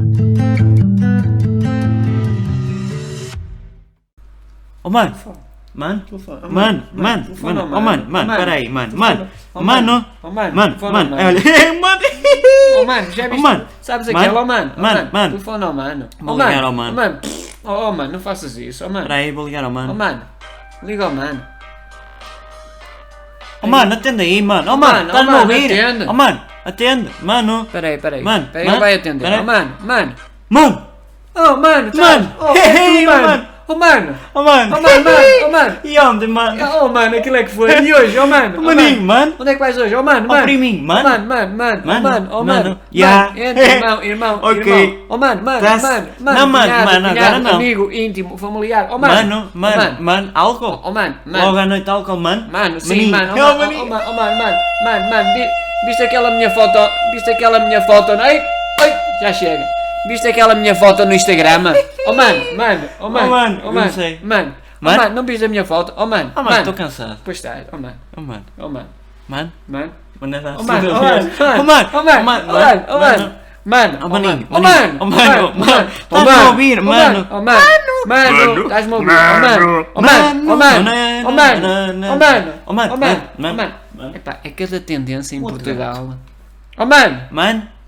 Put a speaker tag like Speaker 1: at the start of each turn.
Speaker 1: Ô Oh, mano,
Speaker 2: Telefone.
Speaker 1: mano,
Speaker 2: Telefone. Oh,
Speaker 1: mano, mano,
Speaker 2: telefone
Speaker 1: mano,
Speaker 2: ao
Speaker 1: ô mano, mano, peraí, mano, mano,
Speaker 2: Oh,
Speaker 1: mano,
Speaker 2: Oh, mano,
Speaker 1: mano,
Speaker 2: telefone ao
Speaker 1: mano, olha, mano,
Speaker 2: Oh, mano, já
Speaker 1: Oh,
Speaker 2: viste?
Speaker 1: mano.
Speaker 2: Sabes
Speaker 1: Mano.
Speaker 2: aquela? Oh, mano, oh,
Speaker 1: Mano,
Speaker 2: mano,
Speaker 1: mano.
Speaker 2: telefone ao mano.
Speaker 1: Vou
Speaker 2: Oh,
Speaker 1: ligar ao mano.
Speaker 2: Oh, mano, oh, oh, mano, não faças isso. Oh, mano,
Speaker 1: peraí, vou ligar ao
Speaker 2: oh,
Speaker 1: mano,
Speaker 2: mano, liga ao mano.
Speaker 1: ô mano, atende aí, mano, ô
Speaker 2: Oh,
Speaker 1: mano, tá
Speaker 2: mano,
Speaker 1: estás
Speaker 2: oh,
Speaker 1: a
Speaker 2: mano,
Speaker 1: ouvir,
Speaker 2: atende.
Speaker 1: ô mano, atende, mano,
Speaker 2: Peraí, peraí.
Speaker 1: Mano,
Speaker 2: peraí,
Speaker 1: mano,
Speaker 2: ele vai atender.
Speaker 1: peraí.
Speaker 2: Oh, mano, mano.
Speaker 1: mano,
Speaker 2: Oh, mano, tá-
Speaker 1: Mano.
Speaker 2: Oh, é
Speaker 1: Hey,
Speaker 2: tu, mano.
Speaker 1: mano.
Speaker 2: Oh, mano.
Speaker 1: ô mano,
Speaker 2: Oh, mano, mano, oh, mano.
Speaker 1: e onde, mano,
Speaker 2: Oh, mano, aquilo é que foi. E hoje, oh, mano.
Speaker 1: ô
Speaker 2: oh,
Speaker 1: maninho, mano,
Speaker 2: Onde é que vais hoje? Oh,
Speaker 1: Ó,
Speaker 2: mano, mano.
Speaker 1: priminho,
Speaker 2: Oh,
Speaker 1: mano.
Speaker 2: mano, mano, mano.
Speaker 1: Mano,
Speaker 2: Oh, mano, oh, mano.
Speaker 1: mano. Ya.
Speaker 2: Mano, entra, irmão, irmão,
Speaker 1: Ok.
Speaker 2: irmão. Oh, mano, mano,
Speaker 1: Tá-se.
Speaker 2: mano, mano.
Speaker 1: Não, mano,
Speaker 2: cunhado,
Speaker 1: mano,
Speaker 2: cunhado,
Speaker 1: agora não.
Speaker 2: Amigo, íntimo, familiar. Oh, mano.
Speaker 1: mano,
Speaker 2: Oh,
Speaker 1: mano, mano, álcool,
Speaker 2: Oh, oh, mano,
Speaker 1: logo
Speaker 2: mano.
Speaker 1: à noite álcool, mano,
Speaker 2: Mano, sim,
Speaker 1: Maninho. É,
Speaker 2: mano. Oh, mano,
Speaker 1: maninho.
Speaker 2: oh, mano, oh, mano, mano, mano, mano. vi- Viste aquela minha foto? Viste aquela minha foto? Ei, ei, já chega. Viste aquela minha foto no Instagram? Oh, mano, mano, oh, mano.
Speaker 1: mano,
Speaker 2: oh,
Speaker 1: eu
Speaker 2: mano.
Speaker 1: não sei.
Speaker 2: Mano, oh,
Speaker 1: Mano?
Speaker 2: mano, não viste a minha foto? Oh, mano,
Speaker 1: Ah, mano, estou cansado.
Speaker 2: Pois estás, oh, mano,
Speaker 1: Oh, mano,
Speaker 2: oh, mano,
Speaker 1: mano,
Speaker 2: mano.
Speaker 1: mano, é da-
Speaker 2: Oh, mano,
Speaker 1: Meu
Speaker 2: oh,
Speaker 1: Deus.
Speaker 2: mano,
Speaker 1: Ô, mano,
Speaker 2: oh, mano,
Speaker 1: ô, mano,
Speaker 2: oh, mano, oh, mano. Mano,
Speaker 1: Ó,
Speaker 2: oh,
Speaker 1: maninho, maninho,
Speaker 2: mano, oh,
Speaker 1: ó, mano,
Speaker 2: mano,
Speaker 1: ó, mano, estás-me
Speaker 2: oh, mano,
Speaker 1: a ouvir,
Speaker 2: oh,
Speaker 1: mano?
Speaker 2: oh, mano, mano, estás-me a ouvir, oh, mano, oh, mano, oh, mano, oh, mano, oh, mano, oh, mano, oh, mano,
Speaker 1: mano,
Speaker 2: Epá, é cada tendência em Portugal. Oh, mano,
Speaker 1: mano,